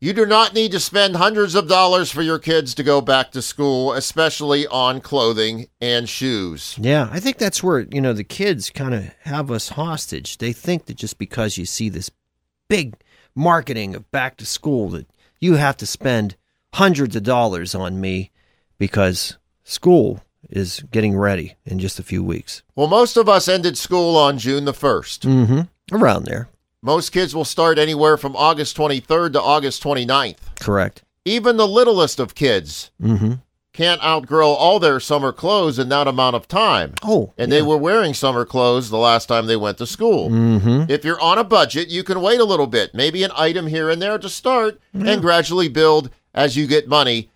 You do not need to spend hundreds of dollars for your kids to go back to school, especially on clothing and shoes. Yeah, I think that's where, you know, the kids kind of have us hostage. They think that just because you see this big marketing of back to school that you have to spend hundreds of dollars on me because school is getting ready in just a few weeks. Well, most of us ended school on June the 1st. Mm-hmm. Around there. Most kids will start anywhere from August 23rd to August 29th. Correct. Even the littlest of kids Mm-hmm. can't outgrow all their summer clothes in that amount of time. Oh. And they were wearing summer clothes the last time they went to school. Mm-hmm. If you're on a budget, you can wait a little bit, maybe an item here and there to start and gradually build as you get money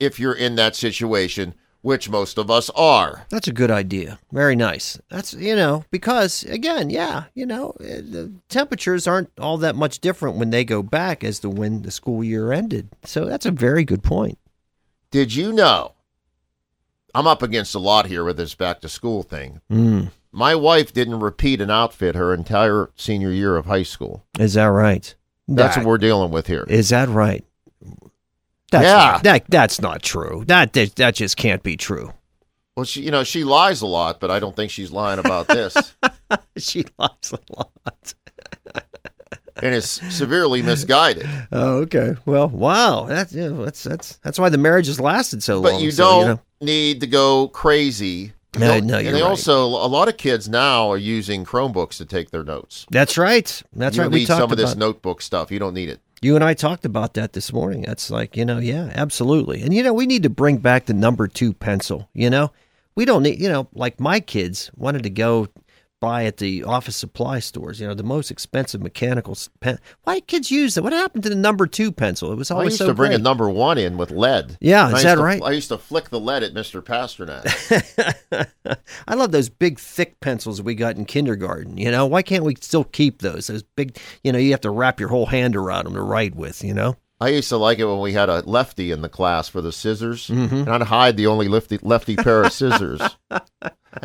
if you're in that situation, which most of us are. That's a good idea. Very nice. That's, you know, because again, yeah, you know, eh, the temperatures aren't all that much different when they go back as to when the school year ended. So that's a very good point. Did you know? I'm up against a lot here with this back to school thing. Mm. My wife didn't repeat an outfit her entire senior year of high school. Is that right? That's That- what we're dealing with here. Is that right? That's Yeah. Not, that that's not true. That, that that just can't be true. Well, she, you know, she lies a lot, but I don't think she's lying about this. she lies a lot. and is severely misguided. Oh, okay. Well, wow. That's yeah, that's that's that's why the marriage has lasted so long. But you so, don't know. need to go crazy. No, They'll- no, and you're they right. also a lot of kids now are using Chromebooks to take their notes. That's right. That's you right. need We some talked of this about notebook stuff. You don't need it. you and I talked about that this morning. That's like you know, yeah, absolutely. And you know, we need to bring back the number two pencil. You know, we don't need you know, like my kids wanted to go buy at the office supply stores. You know, the most expensive mechanical s- pen. Why kids use it? What happened to the number two pencil? It was I always used so to bring great. a number one in with lead. Yeah, And is I used that to- right? I used to flick the lead at Mr. Pasternak. I love those big thick pencils we got in kindergarten. You know, why can't we still keep those? Those big, you know, you have to wrap your whole hand around them to write with. You know, I used to like it when we had a lefty in the class for the scissors, Mm-hmm. and I'd hide the only lefty lefty pair of scissors, and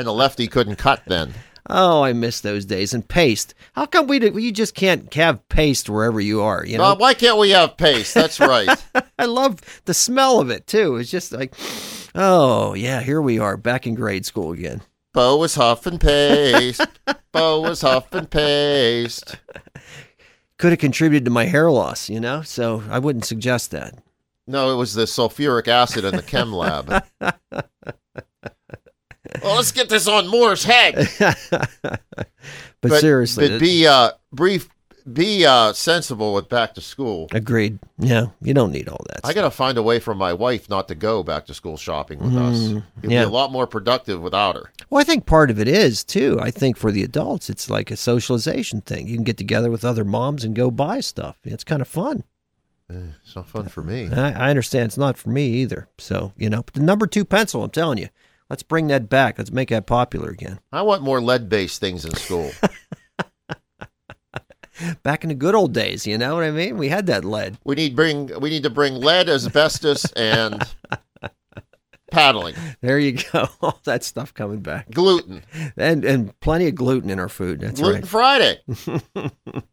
the lefty couldn't cut then. oh, I miss those days. And paste. How come we do, you just can't have paste wherever you are? You know, Uh, why can't we have paste? That's right. I love the smell of it too. It's just like, oh yeah, here we are back in grade school again. Bo was huff and paste. Bo was huff and paste. Could have contributed to my hair loss. You know, so I wouldn't suggest that. No, it was the sulfuric acid in the chem lab. well, let's get this on Moore's head. but, seriously, but that- be uh, brief, be uh, sensible with back to school. Agreed. Yeah, you don't need all that. I got to find a way for my wife not to go back to school shopping with us. You'll Mm, yeah. be a lot more productive without her. well, I think part of it is too. I think for the adults, it's like a socialization thing. You can get together with other moms and go buy stuff. It's kind of fun. It's not fun for me. And I, I understand it's not for me either. So you know, but the number two pencil, I'm telling you, let's bring that back. Let's make that popular again. I want more lead-based things in school. Back in the good old days, you know what I mean? We had that lead. we need bring. We need to bring lead, asbestos, and paddling. There you go. All that stuff coming back, Gluten. and and plenty of gluten in our food. That's gluten right. Friday.